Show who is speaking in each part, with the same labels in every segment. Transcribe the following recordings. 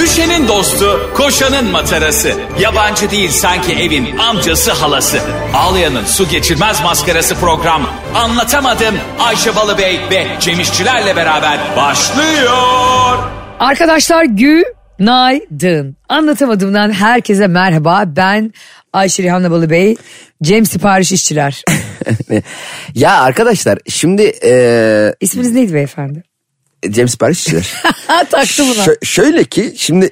Speaker 1: Ayşe'nin dostu, koşanın matarası. Yabancı değil sanki evin amcası halası. Ağlayan'ın su geçirmez maskarası program. Anlatamadım Ayşe Balıbey ve Cemişçilerle beraber başlıyor.
Speaker 2: Arkadaşlar günaydın. Anlatamadığımdan herkese merhaba. Ben Ayşe Rihanna Balıbey, Cem Sipariş İşçiler.
Speaker 3: Ya arkadaşlar şimdi e,
Speaker 2: İsminiz neydi beyefendi?
Speaker 3: Cem siparişçiler.
Speaker 2: Ha taktı buna.
Speaker 3: Şö- şöyle ki şimdi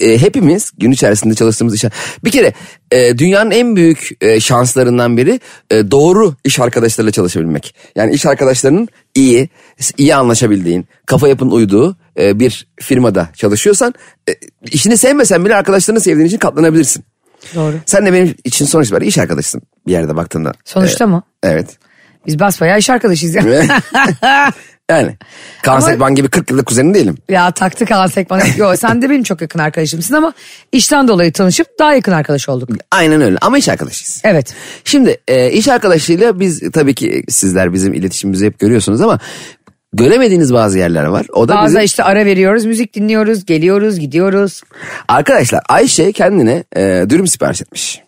Speaker 3: e, hepimiz gün içerisinde çalıştığımız iş... Bir kere e, dünyanın en büyük e, şanslarından biri e, doğru iş arkadaşlarıyla çalışabilmek. Yani iş arkadaşlarının iyi, iyi anlaşabildiğin, kafa yapın uyduğu e, bir firmada çalışıyorsan... e, ...işini sevmesen bile arkadaşlarını sevdiğin için katlanabilirsin.
Speaker 2: Doğru.
Speaker 3: Sen de benim için sonuç itibariyle iş arkadaşısın bir yerde baktığında.
Speaker 2: Sonuçta mı?
Speaker 3: E, evet.
Speaker 2: Biz basbayağı iş arkadaşıyız ya.
Speaker 3: yani Kaan
Speaker 2: Ama-
Speaker 3: Sekban gibi 40 yıllık kuzeni değilim.
Speaker 2: ya taktı Kaan bana. Yo sen de benim çok yakın arkadaşımsın ama işten dolayı tanışıp daha yakın arkadaş olduk.
Speaker 3: Aynen öyle ama iş arkadaşıyız.
Speaker 2: Evet.
Speaker 3: Şimdi e, iş arkadaşıyla biz tabii ki sizler bizim iletişimimizi hep görüyorsunuz ama göremediğiniz bazı yerler var. O da
Speaker 2: Bazen
Speaker 3: bizim...
Speaker 2: işte ara veriyoruz, müzik dinliyoruz, geliyoruz, gidiyoruz.
Speaker 3: Arkadaşlar Ayşe kendine e, dürüm sipariş etmiş.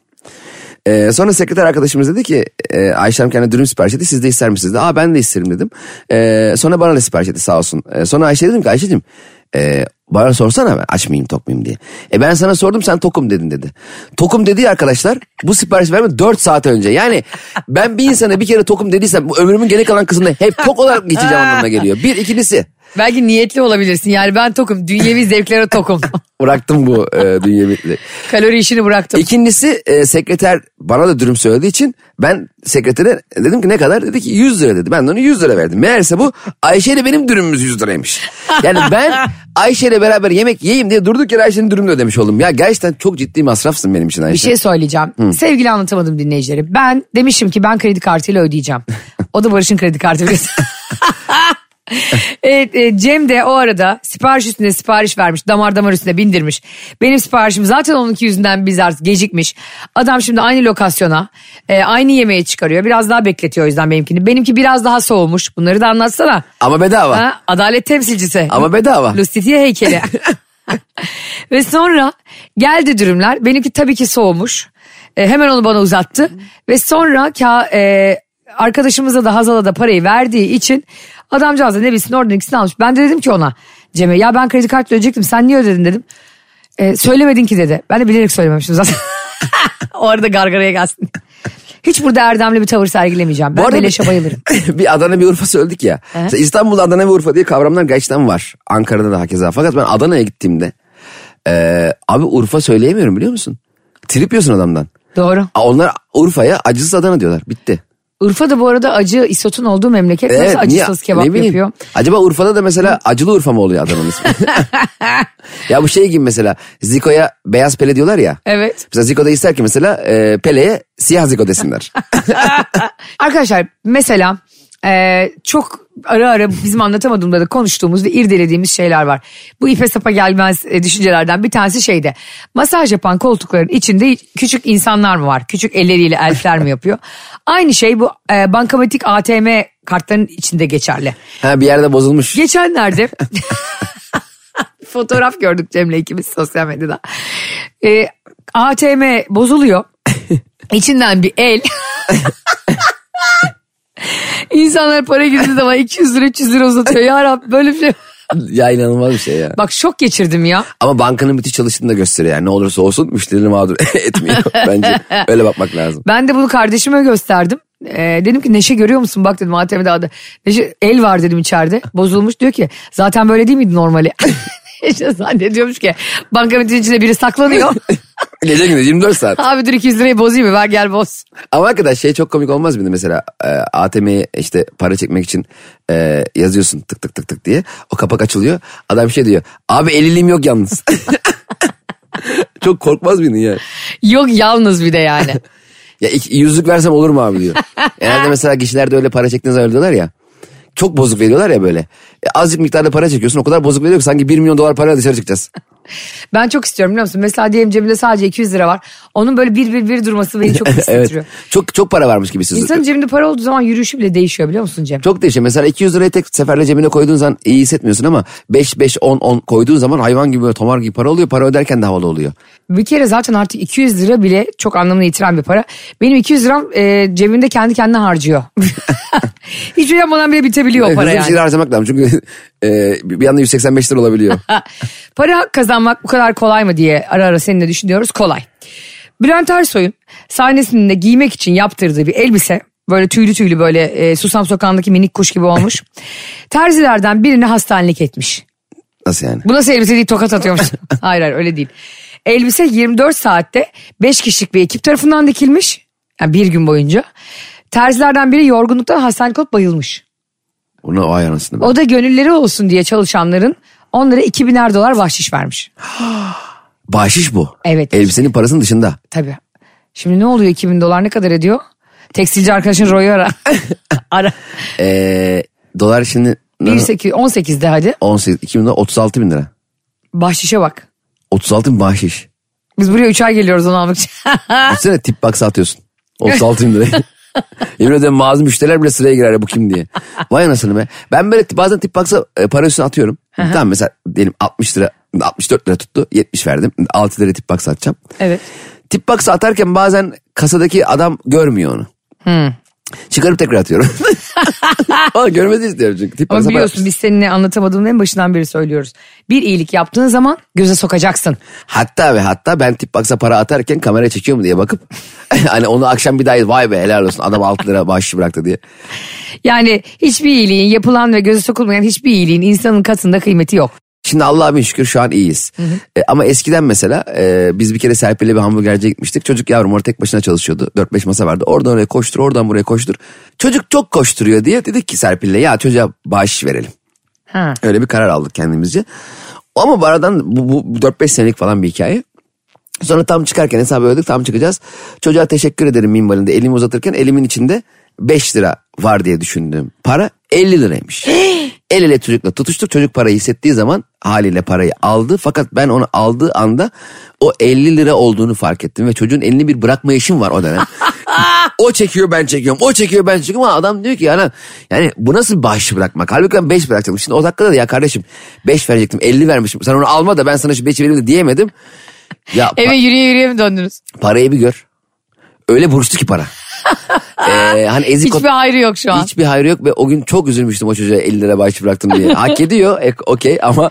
Speaker 3: E, sonra sekreter arkadaşımız dedi ki e, Ayşem kendine dürüm sipariş etti siz de ister misiniz? dedi. Aa ben de isterim dedim. E, sonra bana da sipariş etti sağ olsun. E, sonra Ayşe dedim ki Ayşe'cim e, bana sorsana ben aç mıyım tok muyum diye. E ben sana sordum sen tokum dedin dedi. Tokum dediği arkadaşlar bu sipariş verme 4 saat önce. Yani ben bir insana bir kere tokum dediysem bu ömrümün geri kalan kısmında hep tok olarak geçeceğim anlamına geliyor. Bir ikincisi
Speaker 2: Belki niyetli olabilirsin yani ben tokum, dünyevi zevklere tokum.
Speaker 3: bıraktım bu e, dünya
Speaker 2: Kalori işini bıraktım.
Speaker 3: İkincisi e, sekreter bana da dürüm söylediği için ben sekretere dedim ki ne kadar? Dedi ki 100 lira dedi. Ben de ona 100 lira verdim. Meğerse bu Ayşe ile benim dürümümüz 100 liraymış. Yani ben Ayşe ile beraber yemek yiyeyim diye durduk yere Ayşe'nin dürümünü ödemiş oldum. Ya gerçekten çok ciddi masrafsın benim için Ayşe.
Speaker 2: Bir şey söyleyeceğim. Sevgili anlatamadım dinleyicileri. Ben demişim ki ben kredi kartıyla ödeyeceğim. O da Barış'ın kredi kartı biliyorsun. evet, e, Cem de o arada sipariş üstüne sipariş vermiş. Damar damar üstüne bindirmiş. Benim siparişim zaten onunki yüzünden biz artık gecikmiş. Adam şimdi aynı lokasyona e, aynı yemeğe çıkarıyor. Biraz daha bekletiyor o yüzden benimkini. Benimki biraz daha soğumuş. Bunları da anlatsana.
Speaker 3: Ama bedava.
Speaker 2: Ha, adalet temsilcisi.
Speaker 3: Ama bedava.
Speaker 2: Lustitiye heykeli. Ve sonra geldi dürümler. Benimki tabii ki soğumuş. E, hemen onu bana uzattı. Ve sonra ka, e, arkadaşımıza da Hazal'a da parayı verdiği için adamcağız da ne bilsin oradan ikisini almış. Ben de dedim ki ona Cem'e ya ben kredi kartıyla ödeyecektim sen niye ödedin dedim. E, söylemedin ki dedi. Ben de bilerek söylememiştim zaten. o arada gargaraya gelsin. Hiç burada erdemli bir tavır sergilemeyeceğim. Ben
Speaker 3: arada
Speaker 2: beleşe bayılırım.
Speaker 3: bir Adana bir Urfa söyledik ya. Mesela İstanbul'da Adana ve Urfa diye kavramlar gerçekten var. Ankara'da da hakeza. Fakat ben Adana'ya gittiğimde e, abi Urfa söyleyemiyorum biliyor musun? Trip yiyorsun adamdan.
Speaker 2: Doğru.
Speaker 3: Aa, Onlar Urfa'ya acısız Adana diyorlar. Bitti.
Speaker 2: Urfa da bu arada acı isotun olduğu memleket. Nasıl acısız
Speaker 3: niye-
Speaker 2: kebap
Speaker 3: ne bileyim.
Speaker 2: yapıyor?
Speaker 3: Acaba Urfa'da da mesela acılı Urfa mı oluyor adamın ismi? ya bu şey gibi mesela Zico'ya beyaz pele diyorlar ya.
Speaker 2: Evet.
Speaker 3: Mesela Zico da ister ki mesela e, Pele'ye siyah Zico desinler.
Speaker 2: Arkadaşlar mesela e, çok ara ara bizim anlatamadığımda da konuştuğumuz ve irdelediğimiz şeyler var. Bu ipe sapa gelmez e, düşüncelerden bir tanesi şeyde. Masaj yapan koltukların içinde küçük insanlar mı var? Küçük elleriyle elfler mi yapıyor? Aynı şey bu e, bankamatik ATM kartların içinde geçerli.
Speaker 3: ha bir yerde bozulmuş.
Speaker 2: Geçenlerde fotoğraf gördük Cem'le ikimiz sosyal medyada. Ee, ATM bozuluyor. İçinden bir el. İnsanlar para girdiği zaman 200 lira 300 lira uzatıyor. Ya Rabbi böyle bir şey.
Speaker 3: ya inanılmaz bir şey ya.
Speaker 2: Bak şok geçirdim ya.
Speaker 3: Ama bankanın müthiş çalıştığını da gösteriyor. Yani ne olursa olsun müşterileri mağdur etmiyor. Bence öyle bakmak lazım.
Speaker 2: Ben de bunu kardeşime gösterdim. Ee, dedim ki Neşe görüyor musun? Bak dedim ATM'de adı. Neşe el var dedim içeride. Bozulmuş diyor ki zaten böyle değil miydi normali? Neşe zannediyormuş ki bankamatiğin içinde biri saklanıyor.
Speaker 3: Gece gündüz 24 saat.
Speaker 2: Abi dur 200 lirayı bozayım mı? Ver gel boz.
Speaker 3: Ama arkadaş şey çok komik olmaz mıydı mesela e, ATM'ye işte para çekmek için e, yazıyorsun tık tık tık tık diye o kapak açılıyor adam şey diyor abi eliliğim yok yalnız. çok korkmaz mıydın ya?
Speaker 2: Yok yalnız bir de yani.
Speaker 3: Ya iki- yüzlük versem olur mu abi diyor. Genelde mesela kişilerde öyle para çektiğiniz zaman öyle diyorlar ya. Çok bozuk veriyorlar ya böyle. E, azıcık miktarda para çekiyorsun o kadar bozuk veriyor ki sanki 1 milyon dolar parayla dışarı çıkacağız.
Speaker 2: Ben çok istiyorum biliyor musun? Mesela diyelim cebimde sadece 200 lira var. Onun böyle bir bir bir durması beni çok
Speaker 3: evet.
Speaker 2: hissettiriyor.
Speaker 3: Çok çok para varmış gibi siz.
Speaker 2: İnsanın cebinde para olduğu zaman yürüyüşü bile değişiyor biliyor musun Cem?
Speaker 3: Çok değişiyor. Mesela 200 lirayı tek seferle cebine koyduğun zaman iyi hissetmiyorsun ama 5 5 10 10 koyduğun zaman hayvan gibi böyle tomar gibi para oluyor. Para öderken de havalı oluyor.
Speaker 2: Bir kere zaten artık 200 lira bile çok anlamını yitiren bir para. Benim 200 liram e, cebimde kendi kendine harcıyor. Hiç uyanmadan bile bitebiliyor o para
Speaker 3: Hızlı bir
Speaker 2: yani.
Speaker 3: şeyler harcamak lazım çünkü e, bir anda 185 lira olabiliyor.
Speaker 2: Para kazanmak bu kadar kolay mı diye ara ara seninle düşünüyoruz. Kolay. Bülent Ersoy'un sahnesinde giymek için yaptırdığı bir elbise böyle tüylü tüylü böyle e, Susam Sokağı'ndaki minik kuş gibi olmuş. Terzilerden birini hastanelik etmiş.
Speaker 3: Nasıl yani?
Speaker 2: Bu nasıl elbise deyip tokat atıyormuş. hayır hayır öyle değil. Elbise 24 saatte 5 kişilik bir ekip tarafından dikilmiş. Yani bir gün boyunca. Terzilerden biri yorgunluktan hastanelik olup bayılmış.
Speaker 3: Bunu vay anasını be.
Speaker 2: O da gönülleri olsun diye çalışanların onlara 2000'er dolar bahşiş vermiş.
Speaker 3: Bahşiş bu.
Speaker 2: Evet.
Speaker 3: Elbisenin parasının dışında.
Speaker 2: Tabii. Şimdi ne oluyor 2000 dolar ne kadar ediyor? Tekstilci arkadaşın Roy'u ara. ara.
Speaker 3: E, dolar şimdi
Speaker 2: 18, 18'de hadi.
Speaker 3: 18, 2000 lira 36 bin lira.
Speaker 2: Bahşişe bak.
Speaker 3: 36 bin bahşiş.
Speaker 2: Biz buraya 3 ay geliyoruz onu almak için.
Speaker 3: Düşünsene tip baksa atıyorsun. 36 bin liraya. Yemin ederim bazı müşteriler bile sıraya girer ya bu kim diye. Vay anasını be. Ben böyle bazen tip baksa e, para üstüne atıyorum. tamam mesela diyelim 60 lira 64 lira tuttu 70 verdim. 6 lira tip baksa atacağım.
Speaker 2: evet.
Speaker 3: Tip baksa atarken bazen kasadaki adam görmüyor onu.
Speaker 2: Hmm.
Speaker 3: Çıkarıp tekrar atıyorum. Ama görmesi istiyorum çünkü. Tip
Speaker 2: Ama
Speaker 3: baksa para-
Speaker 2: biliyorsun biz seninle anlatamadığımın en başından beri söylüyoruz. Bir iyilik yaptığın zaman göze sokacaksın.
Speaker 3: Hatta ve hatta ben tip baksa para atarken kamera çekiyor mu diye bakıp hani onu akşam bir daha vay be helal olsun adam 6 lira bahşiş bıraktı diye.
Speaker 2: Yani hiçbir iyiliğin yapılan ve göze sokulmayan hiçbir iyiliğin insanın katında kıymeti yok.
Speaker 3: Şimdi Allah'a bin şükür şu an iyiyiz. E, ama eskiden mesela e, biz bir kere Serpil'le bir hamburgerciye gitmiştik. Çocuk yavrum orada tek başına çalışıyordu. 4-5 masa vardı. Oradan oraya koştur, oradan buraya koştur. Çocuk çok koşturuyor diye dedik ki Serpil'le ya çocuğa bahşiş verelim.
Speaker 2: Ha.
Speaker 3: Öyle bir karar aldık kendimizce. Ama bu aradan bu, bu 4-5 senelik falan bir hikaye. Sonra tam çıkarken hesabı ödedik tam çıkacağız. Çocuğa teşekkür ederim minvalinde elimi uzatırken elimin içinde 5 lira var diye düşündüğüm para 50 liraymış. El ele çocukla tutuştuk çocuk parayı hissettiği zaman haliyle parayı aldı. Fakat ben onu aldığı anda o 50 lira olduğunu fark ettim ve çocuğun elini bir bırakmayışım var o dönem. o çekiyor ben çekiyorum. O çekiyor ben çekiyorum. Ama adam diyor ki yani, yani bu nasıl bahşiş bırakmak? Halbuki ben 5 bırakacaktım. Şimdi o dakikada da ya kardeşim 5 verecektim 50 vermişim. Sen onu alma da ben sana şu 5'i vereyim de diyemedim. Ya pa-
Speaker 2: Eve yürüye yürüye mi döndünüz?
Speaker 3: parayı bir gör. Öyle buruştu ki para. Ee, hani ezik
Speaker 2: Hiçbir hayrı yok şu an.
Speaker 3: Hiçbir hayrı yok ve o gün çok üzülmüştüm o çocuğa 50 lira bahşiş bıraktım diye. Hak ediyor e, okey ama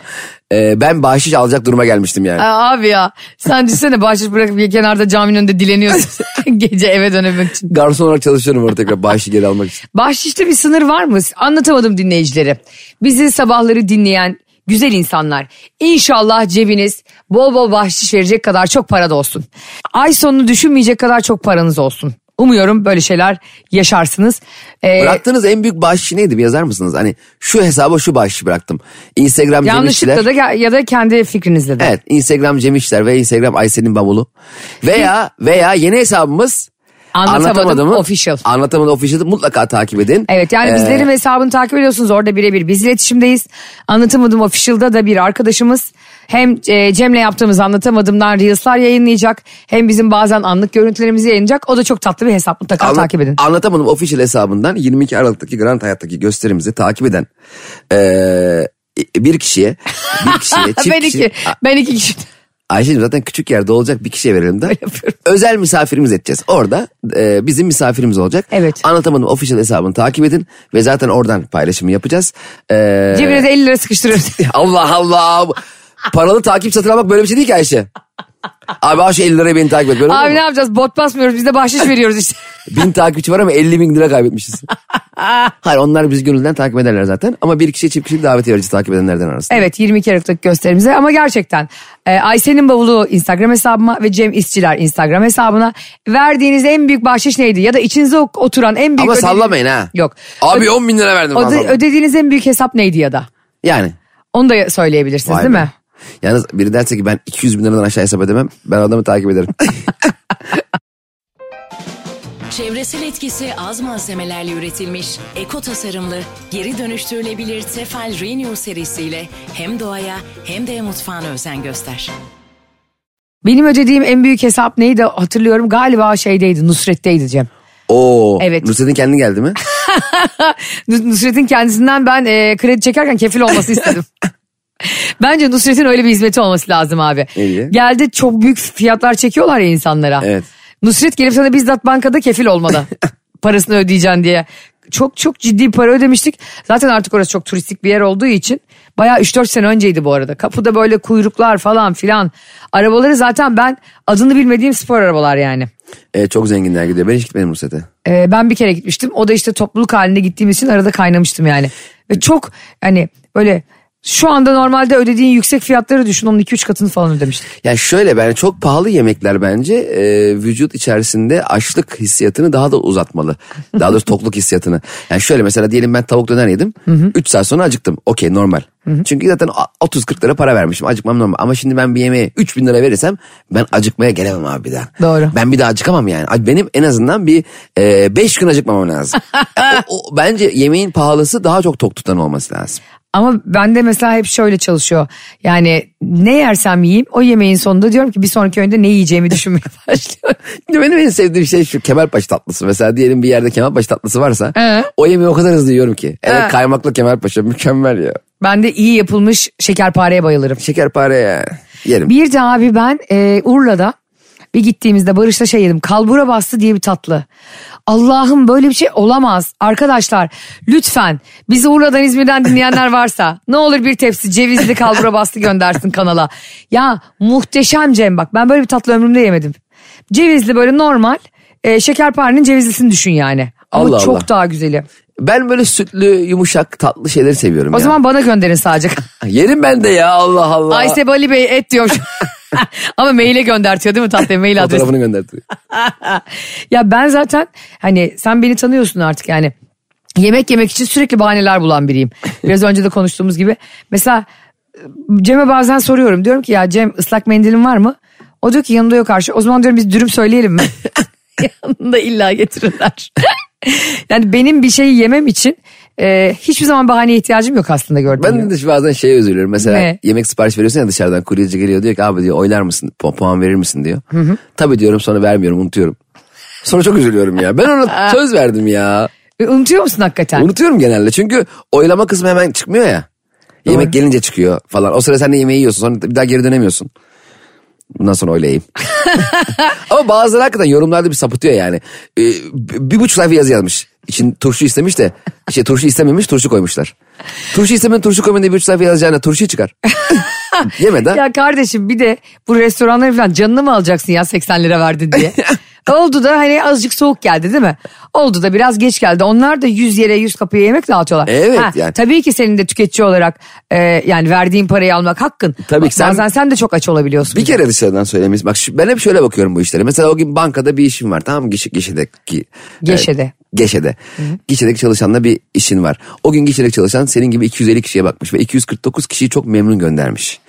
Speaker 3: e, ben bahşiş alacak duruma gelmiştim yani.
Speaker 2: Ay abi ya sen düşünsene bahşiş bırakıp bir kenarda caminin önünde dileniyorsun gece eve dönemek için.
Speaker 3: Garson olarak çalışıyorum orada tekrar bahşişi geri almak için.
Speaker 2: Bahşişte bir sınır var mı? Anlatamadım dinleyicilere. Bizi sabahları dinleyen güzel insanlar. İnşallah cebiniz bol bol bahşiş verecek kadar çok para da olsun. Ay sonunu düşünmeyecek kadar çok paranız olsun. Umuyorum böyle şeyler yaşarsınız. Ee,
Speaker 3: Bıraktığınız en büyük bahşişi neydi bir yazar mısınız? Hani şu hesaba şu bahşişi bıraktım. Instagram Cemişler.
Speaker 2: yanlışlıkla da ya- ya da kendi fikrinizle de.
Speaker 3: Evet Instagram Cemişler ve Instagram Aysel'in bavulu. Veya veya yeni hesabımız
Speaker 2: Anlatamadım
Speaker 3: mı?
Speaker 2: Official.
Speaker 3: Anlatamadım official mutlaka takip edin.
Speaker 2: Evet yani
Speaker 3: Ee,
Speaker 2: bizlerin hesabını takip ediyorsunuz orada birebir biz iletişimdeyiz. Anlatamadım Official'da da bir arkadaşımız hem e, Cem'le yaptığımız anlatamadımdan Reels'lar yayınlayacak. Hem bizim bazen anlık görüntülerimizi yayınlayacak. O da çok tatlı bir hesap mutlaka
Speaker 3: Anla-
Speaker 2: takip edin.
Speaker 3: Anlatamadım official hesabından 22 Aralık'taki Grand Hayat'taki gösterimizi takip eden ee, bir kişiye bir kişiye çift
Speaker 2: ben
Speaker 3: kişiye-
Speaker 2: iki, ben iki kişi
Speaker 3: Ayşe'cim zaten küçük yerde olacak bir kişiye verelim de.
Speaker 2: yapıyorum.
Speaker 3: Özel misafirimiz edeceğiz. Orada e, bizim misafirimiz olacak.
Speaker 2: Evet.
Speaker 3: Anlatamadım official hesabını takip edin ve zaten oradan paylaşımı yapacağız. E,
Speaker 2: cebine de 50 lira sıkıştırıyoruz.
Speaker 3: Allah Allah. Paralı takip satın almak böyle bir şey değil ki Ayşe. Abi al şu 50 lirayı beni takip et. Böyle olur
Speaker 2: Abi
Speaker 3: mu?
Speaker 2: ne yapacağız bot basmıyoruz biz de bahşiş veriyoruz işte.
Speaker 3: Bin takipçi var ama 50 bin lira kaybetmişiz. Hayır onlar biz gönülden takip ederler zaten. Ama bir kişiye çift kişilik davetiye aracı takip edenlerden arasında.
Speaker 2: Evet 22 Aralık'taki gösterimize ama gerçekten e, Ayşe'nin bavulu Instagram hesabıma ve Cem İşçiler Instagram hesabına verdiğiniz en büyük bahşiş neydi? Ya da içinize ok- oturan en büyük
Speaker 3: Ama
Speaker 2: ödediğiniz-
Speaker 3: sallamayın ha.
Speaker 2: Yok.
Speaker 3: Abi 10 bin lira verdim.
Speaker 2: Öde-
Speaker 3: falan.
Speaker 2: ödediğiniz en büyük hesap neydi ya da?
Speaker 3: yani.
Speaker 2: Onu da söyleyebilirsiniz
Speaker 3: Vay
Speaker 2: değil
Speaker 3: be.
Speaker 2: mi?
Speaker 3: Yalnız biri derse ki ben 200 bin liradan aşağı hesap edemem. Ben adamı takip ederim.
Speaker 4: Çevresel etkisi az malzemelerle üretilmiş, eko tasarımlı, geri dönüştürülebilir Tefal Renew serisiyle hem doğaya hem de mutfağına özen göster.
Speaker 2: Benim ödediğim en büyük hesap neydi hatırlıyorum galiba şeydeydi Nusret'teydi Cem.
Speaker 3: Oo.
Speaker 2: Evet.
Speaker 3: Nusret'in kendi geldi mi?
Speaker 2: Nus- Nusret'in kendisinden ben e, kredi çekerken kefil olması istedim. Bence Nusret'in öyle bir hizmeti olması lazım abi.
Speaker 3: İyi.
Speaker 2: Geldi çok büyük fiyatlar çekiyorlar ya insanlara.
Speaker 3: Evet.
Speaker 2: Nusret gelip sana bizzat bankada kefil olmalı. parasını ödeyeceksin diye. Çok çok ciddi para ödemiştik. Zaten artık orası çok turistik bir yer olduğu için. Bayağı 3-4 sene önceydi bu arada. Kapıda böyle kuyruklar falan filan. Arabaları zaten ben adını bilmediğim spor arabalar yani.
Speaker 3: Ee, çok zenginler gidiyor. Ben hiç gitmedim Nusret'e.
Speaker 2: Ee, ben bir kere gitmiştim. O da işte topluluk halinde gittiğimiz için arada kaynamıştım yani. Ve çok hani böyle şu anda normalde ödediğin yüksek fiyatları düşün. Onun 2-3 katını falan ödemiştik.
Speaker 3: Ya şöyle ben çok pahalı yemekler bence e, vücut içerisinde açlık hissiyatını daha da uzatmalı. Daha doğrusu tokluk hissiyatını. Yani şöyle mesela diyelim ben tavuk döner yedim. 3 saat sonra acıktım. Okey normal. Çünkü zaten a- 30-40 lira para vermişim. Acıkmam normal. Ama şimdi ben bir yemeğe 3000 lira verirsem ben acıkmaya gelemem abi bir daha.
Speaker 2: Doğru.
Speaker 3: Ben bir daha acıkamam yani. Ay, Benim en azından bir 5 gün acıkmamam lazım. E, O- o- bence yemeğin pahalısı daha çok tok tutan olması lazım.
Speaker 2: Ama bende mesela hep şöyle çalışıyor. Yani ne yersem yiyeyim o yemeğin sonunda diyorum ki bir sonraki öğünde ne yiyeceğimi düşünmeye başlıyorum.
Speaker 3: Benim en sevdiğim şey şu kemerpaşa tatlısı. Mesela diyelim bir yerde kemerpaşa tatlısı varsa
Speaker 2: Ee?
Speaker 3: o yemeği o kadar hızlı yiyorum ki. Evet
Speaker 2: Ee?
Speaker 3: kaymaklı kemerpaşa mükemmel ya.
Speaker 2: Ben de iyi yapılmış şekerpareye bayılırım.
Speaker 3: Şekerpare ya. Yerim.
Speaker 2: Bir de abi ben e, Urla'da bir gittiğimizde Barış'ta şey yedim. Kalbura bastı diye bir tatlı. Allah'ım böyle bir şey olamaz. Arkadaşlar lütfen bizi Urla'dan İzmir'den dinleyenler varsa ne olur bir tepsi cevizli kalbura bastı göndersin kanala. Ya muhteşem Cem bak ben böyle bir tatlı ömrümde yemedim. Cevizli böyle normal e, şekerparenin cevizlisini düşün yani. Ama
Speaker 3: Allah
Speaker 2: çok
Speaker 3: Allah.
Speaker 2: daha güzeli.
Speaker 3: Ben böyle sütlü yumuşak tatlı şeyleri seviyorum
Speaker 2: O
Speaker 3: ya.
Speaker 2: zaman bana gönderin sadece.
Speaker 3: Yerim ben de ya Allah Allah.
Speaker 2: Ayse Bali Bey et diyor. Ama maile göndertiyor değil mi tatlıya mail adresi?
Speaker 3: Fotoğrafını gönderdi.
Speaker 2: Ya ben zaten hani sen beni tanıyorsun artık yani. Yemek yemek için sürekli bahaneler bulan biriyim. Biraz önce de konuştuğumuz gibi. Mesela Cem'e bazen soruyorum. Diyorum ki ya Cem ıslak mendilin var mı? O diyor ki yanında yok karşı. O zaman diyorum biz dürüm söyleyelim mi? Yanında illa getirirler. yani benim bir şeyi yemem için e, hiçbir zaman bahaneye ihtiyacım yok aslında gördüğün gibi.
Speaker 3: Ben de bazen şeye üzülüyorum. Mesela
Speaker 2: Ne?
Speaker 3: yemek sipariş veriyorsun ya dışarıdan kuryeci geliyor diyor ki abi diyor oylar mısın Pu- puan verir misin diyor. Tabii diyorum sonra vermiyorum unutuyorum. Sonra çok üzülüyorum ya. Ben ona söz verdim ya.
Speaker 2: E, Unutuyor musun hakikaten?
Speaker 3: Unutuyorum genelde çünkü oylama kısmı hemen çıkmıyor ya. Yemek gelince çıkıyor falan. O sıra sen de yemeği yiyorsun sonra bir daha geri dönemiyorsun. Bundan sonra oylayayım. Ama bazıları hakikaten yorumlarda bir sapıtıyor yani. Ee, b- bir buçuk sayfa yazı yazmış. İçin turşu istemiş de şey turşu istememiş turşu koymuşlar. Turşu istemeyen turşu koymanın bir buçuk sayfa yazacağına turşu çıkar. Yemeden.
Speaker 2: Ya kardeşim bir de bu restoranları falan canını mı alacaksın ya 80 lira verdin diye. Oldu da hani azıcık soğuk geldi değil mi? Oldu da biraz geç geldi. Onlar da 100 yere 100 kapıya yemek dağıtıyorlar.
Speaker 3: Evet, yani.
Speaker 2: Tabii ki senin de tüketici olarak e, yani verdiğin parayı almak hakkın.
Speaker 3: Tabii ki sen-
Speaker 2: Bazen sen de çok aç olabiliyorsun.
Speaker 3: Bir kere dışarıdan söylemeyiz. Bak şu- ben hep şöyle bakıyorum bu işlere. Mesela o gün bankada bir işim var tamam mı? Gişe, gişedeki.
Speaker 2: Gişede.
Speaker 3: E, gişede. Gişedeki çalışanla bir işin var. O gün gişedeki çalışan senin gibi 250 kişiye bakmış ve 249 kişiyi çok memnun göndermiş.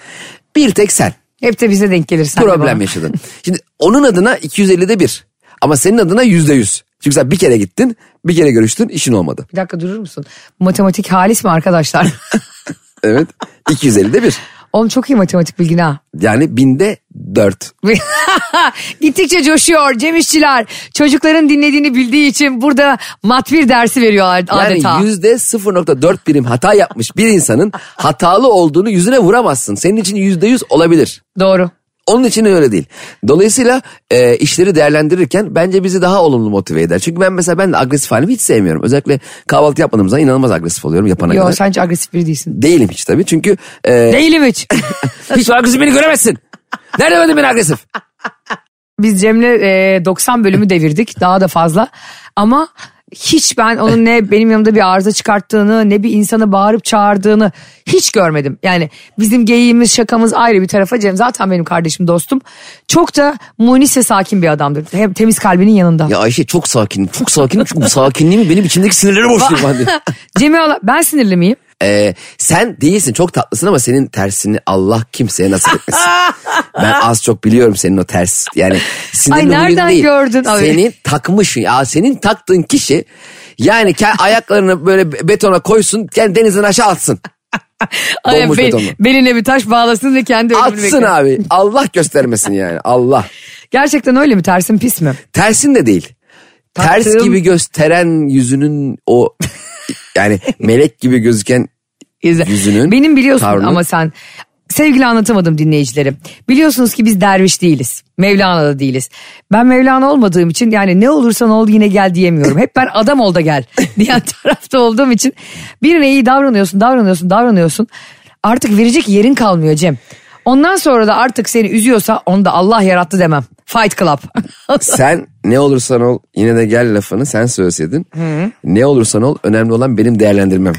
Speaker 3: Bir tek sen
Speaker 2: Hep de bize denk gelir. sen de
Speaker 3: problem
Speaker 2: bana.
Speaker 3: yaşadın. Şimdi onun adına 250'de bir ama senin adına %100. Çünkü sen bir kere gittin, bir kere görüştün, işin olmadı.
Speaker 2: Bir dakika durur musun? Matematik halis mi arkadaşlar?
Speaker 3: Evet. 250'de bir.
Speaker 2: Oğlum çok iyi matematik bilgin ha.
Speaker 3: Yani binde 4.
Speaker 2: Gittikçe coşuyor Cem İşçiler. Çocukların dinlediğini bildiği için burada matbir dersi veriyorlar adeta.
Speaker 3: Yani yüzde 0.4 birim hata yapmış bir insanın hatalı olduğunu yüzüne vuramazsın. Senin için yüzde yüz olabilir.
Speaker 2: Doğru.
Speaker 3: Onun için öyle değil. Dolayısıyla e, işleri değerlendirirken bence bizi daha olumlu motive eder. Çünkü ben mesela ben de agresif halimi hiç sevmiyorum. Özellikle kahvaltı yapmadığım zaman inanılmaz agresif oluyorum yapana
Speaker 2: Yok
Speaker 3: kadar.
Speaker 2: sen hiç agresif biri değilsin.
Speaker 3: Değilim hiç tabii çünkü e,
Speaker 2: Değilim hiç.
Speaker 3: hiç agresif beni göremezsin. Nerede gördün beni agresif?
Speaker 2: Biz Cem'le e, 90 bölümü devirdik daha da fazla. Ama hiç ben onun ne benim yanımda bir arıza çıkarttığını ne bir insanı bağırıp çağırdığını hiç görmedim. Yani bizim geyiğimiz şakamız ayrı bir tarafa Cem zaten benim kardeşim dostum. Çok da munis ve sakin bir adamdır. Hem temiz kalbinin yanında.
Speaker 3: Ya Ayşe çok sakinim çok sakinim çünkü bu sakinliğim benim içimdeki sinirleri boşluyor. falan diyor.
Speaker 2: Cem'i ala- ben sinirli miyim?
Speaker 3: Ee, sen değilsin çok tatlısın ama senin tersini Allah kimseye nasip etmesin. ben az çok biliyorum senin o ters. Yani sinirli
Speaker 2: Ay, nereden
Speaker 3: huyun değil.
Speaker 2: gördün abi?
Speaker 3: Senin takmışın ya senin taktığın kişi yani ke- ayaklarını böyle be- betona koysun yani denizden aşağı atsın.
Speaker 2: Ay,
Speaker 3: Bomboş
Speaker 2: be-
Speaker 3: betonla.
Speaker 2: beline bir taş bağlasın ve kendi ölümünü
Speaker 3: Atsın
Speaker 2: beklesin.
Speaker 3: abi. Allah göstermesin yani. Allah.
Speaker 2: Gerçekten öyle mi? Tersin pis mi?
Speaker 3: Tersin de değil. Ters
Speaker 2: Taktığım-
Speaker 3: gibi gösteren yüzünün o yani melek gibi gözüken
Speaker 2: Güzel.
Speaker 3: Yüzünün
Speaker 2: Benim biliyorsun
Speaker 3: tavrını-
Speaker 2: ama sen sevgili anlatamadım dinleyicilerim. Biliyorsunuz ki biz derviş değiliz. Mevlana da değiliz. Ben Mevlana olmadığım için yani ne olursan ol yine gel diyemiyorum. Hep ben adam ol da gel diyen tarafta olduğum için birine iyi davranıyorsun, davranıyorsun, davranıyorsun. Artık verecek yerin kalmıyor Cem. Ondan sonra da artık seni üzüyorsa onu da Allah yarattı demem. Fight Club.
Speaker 3: sen ne olursan ol yine de gel lafını sen söyleseydin. Ne olursan ol önemli olan benim değerlendirmem.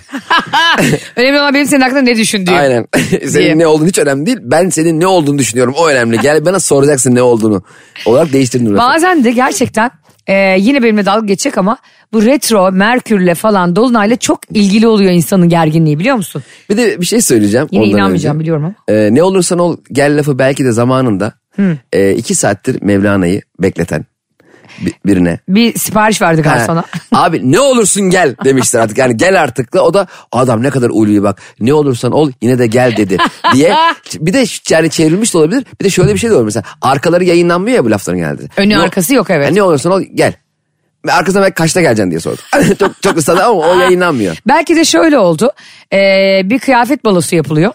Speaker 2: Önemli olan benim senin hakkında ne düşündüğüm.
Speaker 3: Aynen.
Speaker 2: Diye.
Speaker 3: senin ne olduğun hiç önemli değil. Ben senin ne olduğunu düşünüyorum. O önemli. Gel bana soracaksın ne olduğunu. Olarak değiştirdin lafı.
Speaker 2: Bazen de gerçekten e, yine benimle dalga geçecek ama bu retro, merkürle falan dolunayla çok ilgili oluyor insanın gerginliği biliyor musun?
Speaker 3: Bir de bir şey söyleyeceğim.
Speaker 2: Yine
Speaker 3: ondan
Speaker 2: inanmayacağım
Speaker 3: önce.
Speaker 2: biliyorum ama.
Speaker 3: Ee, ne olursan ol gel lafı belki de zamanında e, iki saattir Mevlana'yı bekleten bi- birine.
Speaker 2: Bir sipariş verdi
Speaker 3: Ha,
Speaker 2: garsona.
Speaker 3: Abi ne olursun gel demişler artık yani gel artık da o da adam ne kadar uluyu bak ne olursan ol yine de gel dedi diye bir de ş- yani çevrilmiş de olabilir bir de şöyle bir şey de olabilir mesela arkaları yayınlanmıyor ya bu lafların geldi.
Speaker 2: Önü arkası yok, evet.
Speaker 3: Ne olursan ol gel. Ve Arkasına belki kaçta geleceksin diye sordu. çok çok ısrar ama o yayınlanmıyor.
Speaker 2: Belki de şöyle oldu. E, bir kıyafet balosu yapılıyor.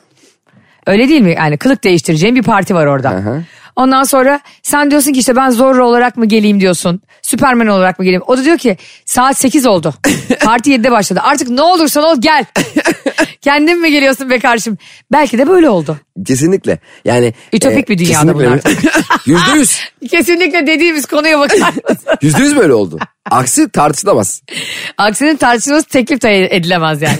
Speaker 2: Öyle değil mi? Yani kılık değiştireceğim bir parti var orada.
Speaker 3: hı.
Speaker 2: Ondan sonra sen diyorsun ki işte ben Zorro olarak mı geleyim diyorsun. Süpermen olarak mı geleyim? O da diyor ki saat 8 oldu. Parti 7'de başladı. Artık ne olursan ol gel. Kendin mi geliyorsun be karşım? Belki de böyle oldu.
Speaker 3: Kesinlikle. Yani e,
Speaker 2: Ütopik bir dünyada
Speaker 3: kesinlikle.
Speaker 2: bunlar.
Speaker 3: Yüzde yüz.
Speaker 2: Kesinlikle dediğimiz konuya bakar mısın?
Speaker 3: Yüzde yüz böyle oldu. Aksi tartışılamaz.
Speaker 2: Aksinin tartışılması teklif de edilemez yani.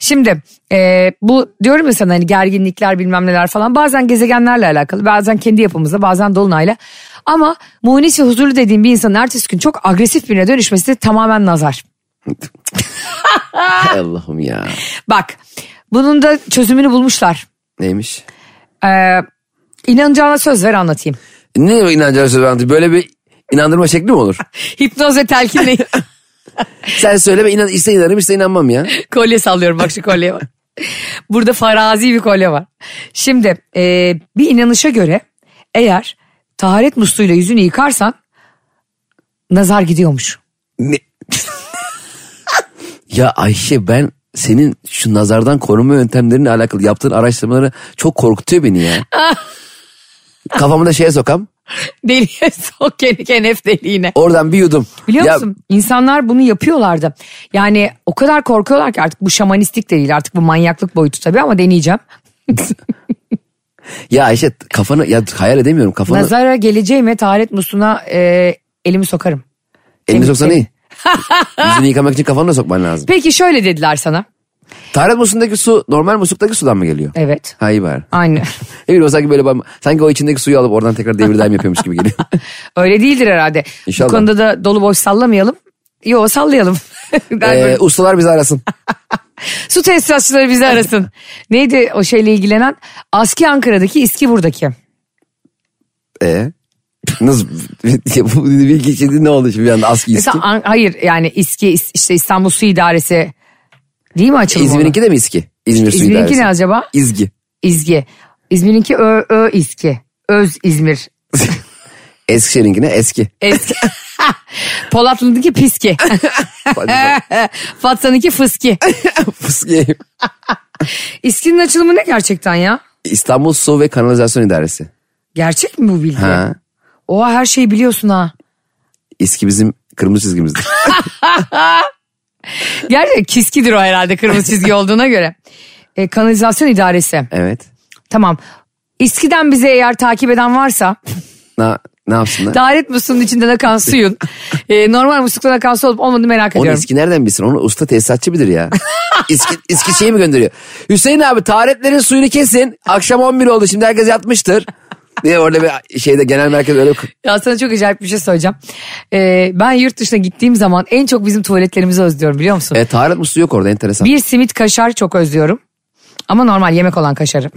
Speaker 2: Şimdi e, bu diyorum ya sana hani gerginlikler bilmem neler falan bazen gezegenlerle alakalı bazen kendi yapımızla bazen dolunayla. Ama munis ve huzurlu dediğim bir insanın ertesi gün çok agresif birine dönüşmesi de tamamen nazar.
Speaker 3: Hay Allah'ım ya.
Speaker 2: Bak bunun da çözümünü bulmuşlar.
Speaker 3: Neymiş?
Speaker 2: E, inanacağına söz ver anlatayım.
Speaker 3: Ne inancı söz verdi? Böyle bir inandırma şekli mi olur?
Speaker 2: Hipnoz ve telkinle
Speaker 3: Sen söyleme inan, iste inanırım iste inanmam ya.
Speaker 2: kolye sallıyorum bak şu kolyeye bak. Burada farazi bir kolye var. Şimdi e, bir inanışa göre eğer taharet musluğuyla yüzünü yıkarsan nazar gidiyormuş.
Speaker 3: Ne? ya Ayşe ben senin şu nazardan koruma yöntemlerinle alakalı yaptığın araştırmaları çok korkutuyor beni ya. Kafamı da şeye sokam.
Speaker 2: Deliye sok kendi kenef deliğine.
Speaker 3: Oradan bir yudum.
Speaker 2: Biliyor
Speaker 3: Ya,
Speaker 2: musun insanlar bunu yapıyorlardı. Yani o kadar korkuyorlar ki artık bu şamanistik de değil artık bu manyaklık boyutu tabii ama deneyeceğim.
Speaker 3: Ya Ayşe kafanı ya hayal edemiyorum kafanı.
Speaker 2: Nazara geleceğime taharet musluğuna e, elimi sokarım.
Speaker 3: elini soksan
Speaker 2: temizle.
Speaker 3: iyi. Yüzünü yıkamak için kafanı da sokman lazım.
Speaker 2: Peki şöyle dediler sana.
Speaker 3: Taharet musluğundaki su normal musluktaki sudan mı geliyor?
Speaker 2: Evet.
Speaker 3: Ha iyi bari.
Speaker 2: Aynı.
Speaker 3: Ne bileyim, o sanki böyle bam- sanki o içindeki suyu alıp oradan tekrar devir daim yapıyormuş gibi geliyor.
Speaker 2: Öyle değildir herhalde.
Speaker 3: İnşallah.
Speaker 2: Bu konuda da dolu boş sallamayalım. Yo sallayalım. Ben böyle-
Speaker 3: ee, ustalar bizi arasın.
Speaker 2: Su tesisatçıları bizi arasın. Neydi o şeyle ilgilenen? Aski Ankara'daki, İSKİ buradaki.
Speaker 3: Ee, nasıl bu bilgi şimdi ne oldu şimdi bir anda aski iski?
Speaker 2: Mesela An- hayır yani İSKİ is- işte İstanbul Su İdaresi değil mi açılımı? onun?
Speaker 3: İzmir'inki de mi iski? İzmir suyu
Speaker 2: İzmir'inki
Speaker 3: dairesi.
Speaker 2: ne acaba?
Speaker 3: İzgi.
Speaker 2: İzgi. İzmir'inki Ö, Ö İSKİ. Öz İzmir.
Speaker 3: Eskişehir'inki ne? Eski.
Speaker 2: Eski. Polatlı'daki Piski. Fatsa'nınki Fıski.
Speaker 3: Fıskiye.
Speaker 2: İSKİ'nin açılımı ne gerçekten ya?
Speaker 3: İstanbul Su ve Kanalizasyon İdaresi.
Speaker 2: Gerçek mi bu bilgi?
Speaker 3: Ha.
Speaker 2: Oha her şeyi biliyorsun ha.
Speaker 3: İSKİ bizim kırmızı çizgimizdir.
Speaker 2: Gerçi kiskidir o herhalde kırmızı çizgi olduğuna göre. E, kanalizasyon idaresi.
Speaker 3: evet.
Speaker 2: Tamam. İSKİ'den bize eğer takip eden varsa
Speaker 3: Na, ne yapsınlar?
Speaker 2: taharet musluğunun içinden akan suyun e, normal musluktan akan su olup olmadığını merak
Speaker 3: Onu
Speaker 2: ediyorum.
Speaker 3: İSKİ nereden bilsin? Onu usta tesisatçı bilir ya. İSKİ, İSKİ şeyi mi gönderiyor? Hüseyin abi taharetlerin suyunu kesin. Akşam 11 oldu şimdi herkes yatmıştır. Diye orada bir şeyde genel merkez öyle bir-
Speaker 2: Ya sana çok acayip bir şey söyleyeceğim. E, ben yurt dışına gittiğim zaman en çok bizim tuvaletlerimizi özlüyorum biliyor musun?
Speaker 3: E, taharet musluğu yok orada enteresan.
Speaker 2: Bir simit kaşar çok özlüyorum. Ama normal yemek olan kaşarı.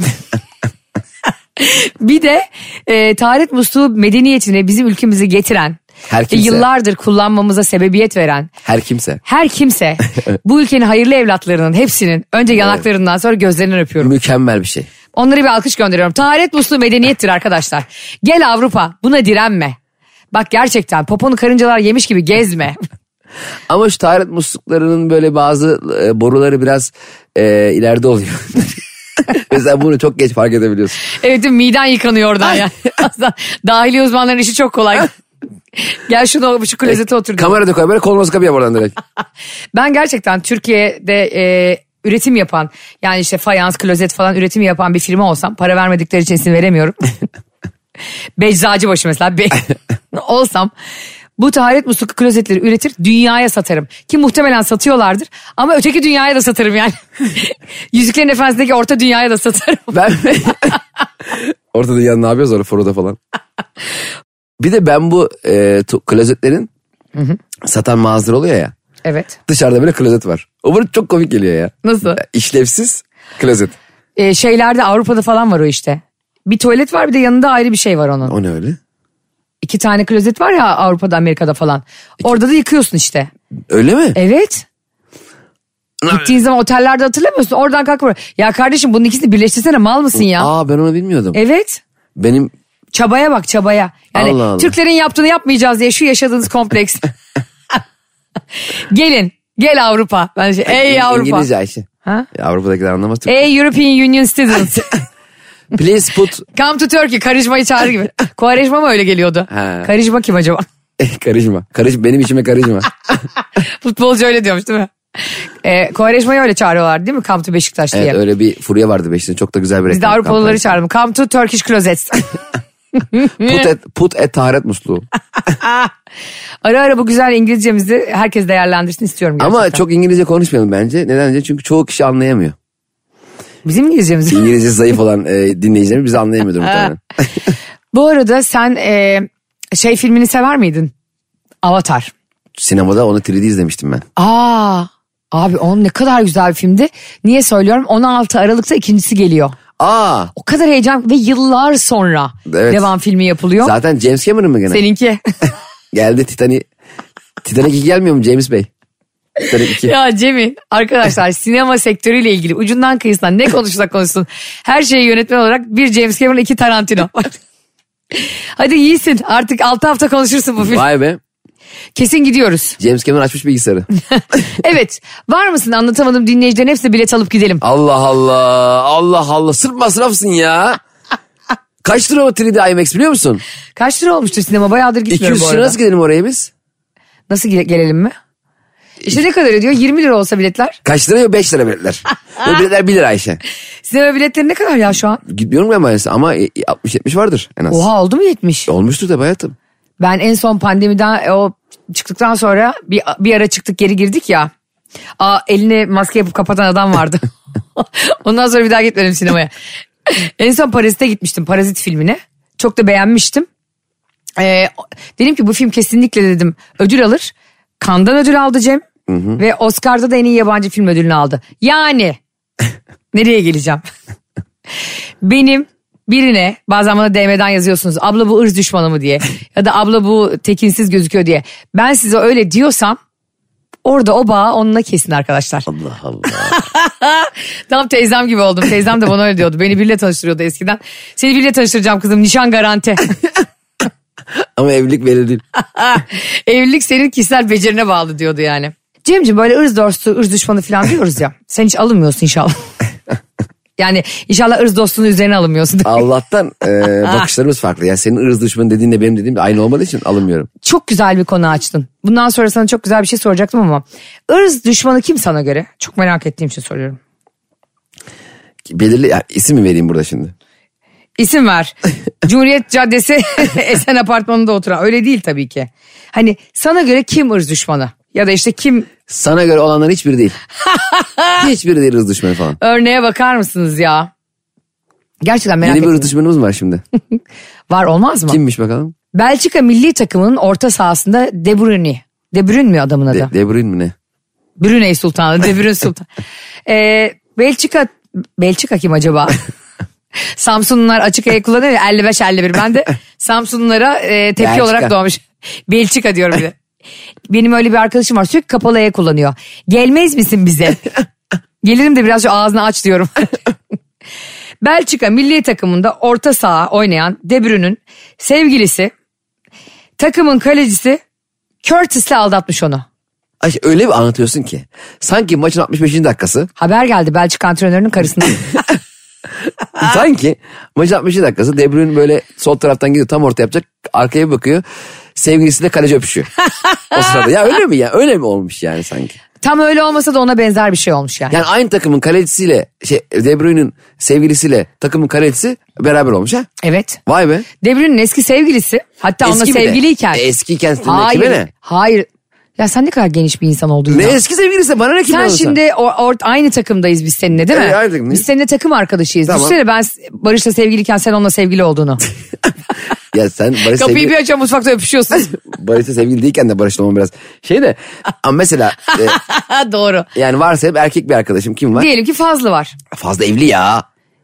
Speaker 2: bir de e, taharet musluğu medeniyetine bizim ülkemizi getiren
Speaker 3: Her
Speaker 2: ve
Speaker 3: kimse.
Speaker 2: yıllardır kullanmamıza sebebiyet veren
Speaker 3: Her kimse.
Speaker 2: her kimse bu ülkenin hayırlı evlatlarının hepsinin önce yanaklarından sonra gözlerinden öpüyorum.
Speaker 3: Mükemmel bir şey.
Speaker 2: Onlara bir alkış gönderiyorum. Taharet musluğu medeniyettir arkadaşlar. Gel Avrupa buna direnme. Bak gerçekten poponu karıncalar yemiş gibi gezme.
Speaker 3: Ama şu taharet musluklarının böyle bazı e, boruları biraz e, ileride oluyor. Mesela bunu çok geç fark edebiliyorsun.
Speaker 2: evet değil mi? miden yıkanıyor oradan yani. Aslında Dahili uzmanların işi çok kolay. Gel şuna şu klozete otur. diyor.
Speaker 3: Kamera da koy böyle kolunu sıkıp yap oradan direkt.
Speaker 2: Ben gerçekten Türkiye'de e, üretim yapan yani işte fayans, klozet falan üretim yapan bir firma olsam para vermedikleri için isim veremiyorum. Beczacıbaşı mesela be, olsam bu taharet musluku klozetleri üretir dünyaya satarım. Ki muhtemelen satıyorlardır ama öteki dünyaya da satarım yani. Yüzüklerin Efendisi'ndeki orta dünyaya da satarım.
Speaker 3: Ben Ortada yan ne yapıyoruz orada foroda falan. Bir de ben bu e, tu- klozetlerin satan mağazaları oluyor ya.
Speaker 2: Evet.
Speaker 3: Dışarıda böyle klozet var. O bana çok komik geliyor ya.
Speaker 2: Nasıl?
Speaker 3: İşlevsiz klozet.
Speaker 2: E, şeylerde Avrupa'da falan var o işte. Bir tuvalet var bir de yanında ayrı bir şey var onun.
Speaker 3: O ne öyle?
Speaker 2: İki tane klozet var ya Avrupa'da Amerika'da falan. Orada da yıkıyorsun işte.
Speaker 3: Öyle mi?
Speaker 2: Evet. Gittiğin zaman otellerde hatırlamıyorsun. Oradan kalkma. Ya kardeşim bunun ikisini birleştirsene mal mısın ya?
Speaker 3: Aa ben onu bilmiyordum.
Speaker 2: Evet.
Speaker 3: Benim
Speaker 2: Çabaya bak çabaya. Yani
Speaker 3: Allah Allah.
Speaker 2: Türklerin yaptığını yapmayacağız diye şu yaşadığınız kompleks. Gelin. Gel Avrupa. Ben şey, ey
Speaker 3: İng-
Speaker 2: Avrupa.
Speaker 3: İngilizce Ayşe.
Speaker 2: Ha? E-
Speaker 3: Ya Avrupa'dakiler anlamaz. Türk.
Speaker 2: Ey European Union citizens.
Speaker 3: Please put
Speaker 2: Come to Turkey. Karışmayı çağır gibi. Kuvareşma mı öyle geliyordu?
Speaker 3: Ha.
Speaker 2: Karışma kim acaba?
Speaker 3: karışma. e, Karış benim içime karışma.
Speaker 2: Şey Futbolcu öyle diyormuş değil mi? E, Kuvareşma'yı öyle çağırıyorlar değil mi? Come to Beşiktaş diye.
Speaker 3: evet öyle bir furya vardı Beşiktaş'ın çok da güzel bir
Speaker 2: Biz de
Speaker 3: reklam
Speaker 2: Avrupalıları
Speaker 3: kampanyası.
Speaker 2: çağırdım. Come to Turkish Closets.
Speaker 3: Put et, put et taharet musluğu.
Speaker 2: ara ara bu güzel İngilizcemizi herkes değerlendirsin istiyorum gerçekten.
Speaker 3: Ama çok İngilizce konuşmayalım bence. Neden diyeceğim? Çünkü çoğu kişi anlayamıyor.
Speaker 2: Bizim İngilizcemizi.
Speaker 3: İngilizce zayıf olan e, dinleyicilerimiz bizi anlayamıyordur muhtemelen.
Speaker 2: bu arada sen e, şey filmini sever miydin? Avatar.
Speaker 3: Sinemada onu 3D izlemiştim ben.
Speaker 2: Aa abi on ne kadar güzel bir filmdi. Niye söylüyorum? 16 Aralık'ta ikincisi geliyor.
Speaker 3: Aa
Speaker 2: O kadar heyecan ve yıllar sonra
Speaker 3: Evet.
Speaker 2: devam filmi yapılıyor.
Speaker 3: zaten James Cameron mı gene?
Speaker 2: Seninki.
Speaker 3: Geldi Titanic. Titanic 2 gelmiyor mu James Bey? Titanic 2.
Speaker 2: Ya Cemil arkadaşlar sinema sektörüyle ilgili ucundan kıyısından ne konuşsak konuşsun her şeyi yönetmen olarak bir James Cameron iki Tarantino. Hadi iyisin artık 6 hafta konuşursun bu film.
Speaker 3: Vay be.
Speaker 2: Kesin gidiyoruz.
Speaker 3: James Cameron açmış bilgisayarı.
Speaker 2: Evet var mısın anlatamadım dinleyicilerin hepsi bilet alıp gidelim.
Speaker 3: Allah Allah. Allah Allah. Sırf masrafsın ya. Kaç lira o 3D IMAX biliyor musun?
Speaker 2: Kaç lira olmuştur sinema bayağıdır gitmiyorum
Speaker 3: 200
Speaker 2: bu
Speaker 3: lira
Speaker 2: arada.
Speaker 3: nasıl gidelim oraya biz?
Speaker 2: Nasıl ge- gelelim mi? İşte ne kadar ediyor 20 lira olsa biletler.
Speaker 3: Kaç lira? 5 lira biletler. Böyle biletler 1 lira Ayşe.
Speaker 2: Sinema biletleri ne kadar ya şu an?
Speaker 3: Gitmiyorum ben maalesef ama e, 60-70 vardır en az.
Speaker 2: Oha oldu mu 70?
Speaker 3: Olmuştur tabii hayatım.
Speaker 2: Ben en son pandemiden e, o çıktıktan sonra bir, bir ara çıktık geri girdik ya. Aa, eline maske yapıp kapatan adam vardı. Ondan sonra bir daha gitmedim sinemaya. en son Parazit'e gitmiştim Parazit filmine. Çok da beğenmiştim. Ee, dedim ki bu film kesinlikle dedim ödül alır. Kandan ödül aldı Cem. Ve Oscar'da da en iyi yabancı film ödülünü aldı. Yani nereye geleceğim? benim birine bazen bana DM'den yazıyorsunuz abla bu ırz düşmanı mı diye ya da abla bu tekinsiz gözüküyor diye. Ben size öyle diyorsam orada o bağı onunla kesin arkadaşlar.
Speaker 3: Allah Allah.
Speaker 2: Tam teyzem gibi oldum. Teyzem de bana öyle diyordu. Beni biriyle tanıştırıyordu eskiden. Seni biriyle tanıştıracağım kızım nişan garanti.
Speaker 3: ama evlilik belli değil.
Speaker 2: Ah, Evlilik senin kişisel becerine bağlı diyordu yani. Cemciğim böyle ırz dostu, ırz düşmanı falan diyoruz ya. Sen hiç alınmıyorsun inşallah. yani inşallah ırz dostunun üzerine alınmıyorsun.
Speaker 3: Allah'tan e,
Speaker 2: Ah.
Speaker 3: bakışlarımız farklı. Yani senin ırz düşmanı dediğinle benim dediğim aynı olmadığı için alınmıyorum.
Speaker 2: çok güzel bir konu açtın. Bundan sonra sana çok güzel bir şey soracaktım ama. ırz düşmanı kim sana göre? Çok merak ettiğim için soruyorum.
Speaker 3: Belirli ya, isim mi vereyim burada şimdi?
Speaker 2: İsim ver. Cumhuriyet Caddesi Esen Apartmanı'nda oturan. Öyle değil tabii ki. Hani sana göre kim ırz düşmanı? Ya da işte kim
Speaker 3: Sana göre olanların hiçbiri değil. hiçbiri değil ırz düşmanı falan.
Speaker 2: örneğe bakar mısınız ya? Gerçekten merak
Speaker 3: Yeni bir
Speaker 2: ettim.
Speaker 3: ırz düşmanımız var şimdi.
Speaker 2: Var olmaz mı?
Speaker 3: Kimmiş bakalım?
Speaker 2: Belçika milli takımının orta sahasında De Bruyne. De Bruyne mi adamın adı?
Speaker 3: De, De Bruyne mi ne?
Speaker 2: Brunei Sultanı, De Bruyne Sultan. Ee, Belçika, Belçika kim acaba? Samsunlular açık el kullanıyor ya 55-51 ben de Samsunlara e, tepki
Speaker 3: Belçika.
Speaker 2: olarak doğmuş. Belçika diyorum bir de. Benim öyle bir arkadaşım var sürekli kapalı E kullanıyor. Gelmez misin bize? Gelirim de biraz şu ağzını aç diyorum. Belçika milli takımında orta saha oynayan De Bruyne'nin sevgilisi takımın kalecisi Curtis'le aldatmış onu.
Speaker 3: Ay, şey, öyle bir anlatıyorsun ki. Sanki maçın 65. dakikası.
Speaker 2: Haber geldi Belçika antrenörünün karısından.
Speaker 3: Sanki maçın 60. dakikası De Bruyne böyle sol taraftan gidiyor tam orta yapacak. Arkaya bir bakıyor. Sevgilisiyle kaleci öpüşüyor. o sırada. Ya öyle mi ya? Öyle mi olmuş yani sanki?
Speaker 2: Tam öyle olmasa da ona benzer bir şey olmuş yani.
Speaker 3: Yani aynı takımın kalecisiyle şey De Bruyne'in sevgilisiyle takımın kalecisi beraber olmuş ha?
Speaker 2: Evet.
Speaker 3: Vay be.
Speaker 2: De Bruyne'nin eski sevgilisi hatta onunla
Speaker 3: Eski bir de.
Speaker 2: sevgiliyken.
Speaker 3: E, Eskiyken senin
Speaker 2: Hayır.
Speaker 3: kime ne?
Speaker 2: Hayır. Ya sen ne kadar geniş bir insan oldun
Speaker 3: Ne
Speaker 2: ya.
Speaker 3: eski sevgilisi bana ne kim
Speaker 2: Sen
Speaker 3: olursa.
Speaker 2: şimdi o- or- aynı takımdayız biz seninle değil mi?
Speaker 3: Evet, aynı takımdayız.
Speaker 2: Biz seninle takım arkadaşıyız.
Speaker 3: Tamam.
Speaker 2: Düşünsene ben s- Barış'la sevgiliyken sen onunla sevgili olduğunu.
Speaker 3: Ya sen Barış
Speaker 2: Kapıyı
Speaker 3: sevgili...
Speaker 2: bir açıyor mutfakta öpüşüyorsunuz.
Speaker 3: Barış'la sevgili değilken de Barış'la olmam biraz şey de. Ama mesela e,
Speaker 2: Doğru.
Speaker 3: yani varsa hep erkek bir arkadaşım kim var?
Speaker 2: Diyelim ki Fazlı var.
Speaker 3: Fazla evli ya.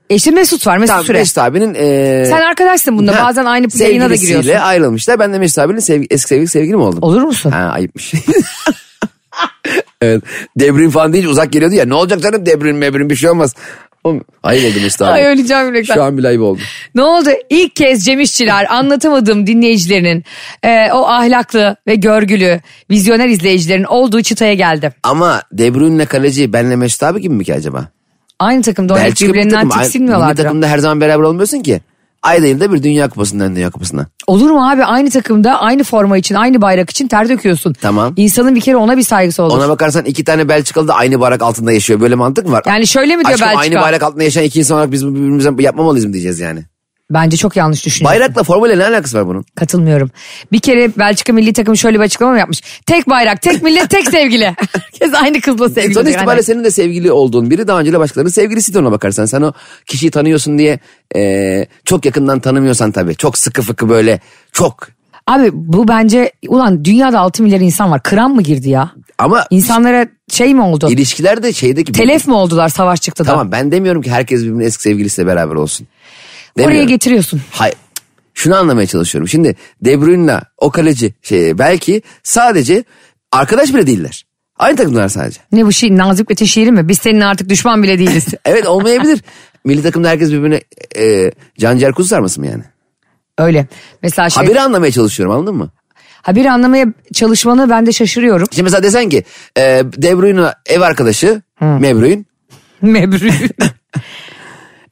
Speaker 2: E işte Mesut var Mesut
Speaker 3: Tamam
Speaker 2: Süre.
Speaker 3: Mesut abinin... e,
Speaker 2: Sen arkadaşsın bunda
Speaker 3: ha,
Speaker 2: bazen aynı yayına da
Speaker 3: sevgilisiyle
Speaker 2: giriyorsun.
Speaker 3: ayrılmışlar. Ben de Mesut abinin sevgi, eski sevgili sevgili mi oldum?
Speaker 2: Olur musun?
Speaker 3: Ha ayıpmış. evet. Debrin falan deyince uzak geliyordu ya. Ne olacak canım debrin mebrin bir şey olmaz. Oğlum, ayıp oldu Mesut abi.
Speaker 2: Ay öleceğim yürekten.
Speaker 3: Şu an bile ayıp oldu.
Speaker 2: Ne oldu? İlk kez Cem İşçiler anlatamadığım dinleyicilerinin e, o ahlaklı ve görgülü vizyoner izleyicilerin olduğu çıtaya geldi.
Speaker 3: Ama De Bruyne'le kaleci benle Mesut abi gibi mi ki acaba?
Speaker 2: Aynı takımda oynayıp
Speaker 3: Belçika bir
Speaker 2: birbirlerinden
Speaker 3: takım. Ay- Milli
Speaker 2: tiksinmiyorlardır.
Speaker 3: takımda her zaman beraber olmuyorsun ki. Ayda yılda bir Dünya Kupası'ndan Dünya Kupası'na.
Speaker 2: Olur mu abi aynı takımda aynı forma için aynı bayrak için ter döküyorsun.
Speaker 3: Tamam.
Speaker 2: İnsanın bir kere ona bir saygısı olur.
Speaker 3: Ona bakarsan iki tane Belçikalı da aynı bayrak altında yaşıyor. Böyle mantık mı var?
Speaker 2: Yani şöyle mi diyor
Speaker 3: Aşkım,
Speaker 2: Belçika?
Speaker 3: aynı bayrak altında yaşayan iki insan olarak biz birbirimize yapmamalıyız mı diyeceğiz yani?
Speaker 2: Bence çok yanlış düşünüyorum.
Speaker 3: Bayrakla formüle ne alakası var bunun?
Speaker 2: Katılmıyorum. Bir kere Belçika milli takımı şöyle bir açıklama yapmış. Tek bayrak, tek millet, tek sevgili. Herkes aynı kızla sevgili.
Speaker 3: Sonuç
Speaker 2: Yani-
Speaker 3: itibariyle senin de sevgili olduğun biri daha önce de başkalarının sevgilisi de ona bakarsan. Sen o kişiyi tanıyorsun diye eee, çok yakından tanımıyorsan tabii. Çok sıkı fıkı böyle çok.
Speaker 2: Abi bu bence ulan dünyada 6 milyar insan var. Kıran mı girdi ya?
Speaker 3: Ama
Speaker 2: İnsanlara şey mi oldu?
Speaker 3: ilişkiler de şeydeki...
Speaker 2: Telef mi oldular savaş çıktı da?
Speaker 3: Tamam ben demiyorum ki herkes birbirinin eski sevgilisiyle beraber olsun. Demiyorum.
Speaker 2: Oraya getiriyorsun.
Speaker 3: Hayır. Şunu anlamaya çalışıyorum. Şimdi De Bruyne'la o kaleci şey, belki sadece arkadaş bile değiller. Aynı takımlar sadece.
Speaker 2: Ne bu şey Nazım Hikmet'in şiiri mi? Biz seninle artık düşman bile değiliz.
Speaker 3: Evet olmayabilir. Milli takımda herkes birbirine e, can kuzu sarması mı yani?
Speaker 2: Öyle. Mesela şey, haberi,
Speaker 3: Haberi anlamaya çalışıyorum anladın mı?
Speaker 2: anlamaya çalışmanı ben de şaşırıyorum.
Speaker 3: Şimdi mesela desen ki e, De Bruyne'la ev arkadaşı Mebruyn.
Speaker 2: Mebru.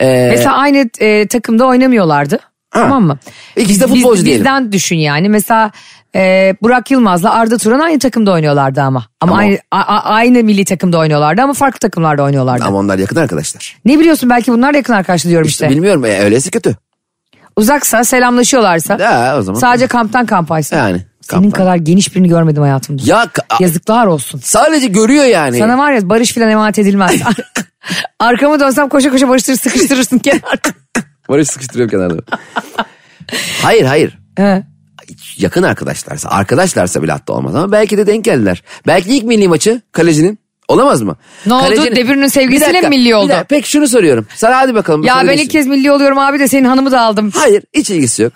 Speaker 2: Mesela aynı e, takımda oynamıyorlardı. Tamam mı?
Speaker 3: İkisi de
Speaker 2: Biz-
Speaker 3: futbolcu
Speaker 2: biz,
Speaker 3: diyelim.
Speaker 2: Bizden düşün yani. Mesela e, Burak Yılmaz'la Arda Turan aynı takımda oynuyorlardı ama. Ama
Speaker 3: Ama-
Speaker 2: aynı a- a- aynı milli takımda oynuyorlardı ama farklı takımlarda oynuyorlardı.
Speaker 3: Ama onlar yakın arkadaşlar.
Speaker 2: Ne biliyorsun belki bunlar da yakın arkadaşlı diyorum işte.
Speaker 3: İşte bilmiyorum e, öylesi kötü.
Speaker 2: Uzaksa selamlaşıyorlarsa.
Speaker 3: Ya, o zaman.
Speaker 2: Sadece kamptan kampaysın.
Speaker 3: Yani,
Speaker 2: Senin
Speaker 3: kamptan.
Speaker 2: kadar geniş birini görmedim hayatımda.
Speaker 3: Ya ka-
Speaker 2: Yazıklar olsun.
Speaker 3: sadece görüyor yani.
Speaker 2: Sana var ya barış filan emanet edilmez. Arkamı dönsem koşa koşa barıştırır sıkıştırırsın kenarda.
Speaker 3: Barış sıkıştırıyor kenarda. hayır hayır.
Speaker 2: He.
Speaker 3: Yakın arkadaşlarsa, arkadaşlarsa bile hatta olmaz ama belki de denk geldiler. Belki ilk milli maçı kalecinin olamaz mı?
Speaker 2: Ne oldu? De Bruyne'nin sevgilisiyle
Speaker 3: Bir dakika,
Speaker 2: mi milli
Speaker 3: bir
Speaker 2: oldu?
Speaker 3: dakika. Peki şunu soruyorum. Sana hadi bakalım.
Speaker 2: ya
Speaker 3: sana şey-
Speaker 2: ben
Speaker 3: geçeyim.
Speaker 2: ilk kez milli oluyorum abi de senin hanımı da aldım.
Speaker 3: Hayır hiç ilgisi yok.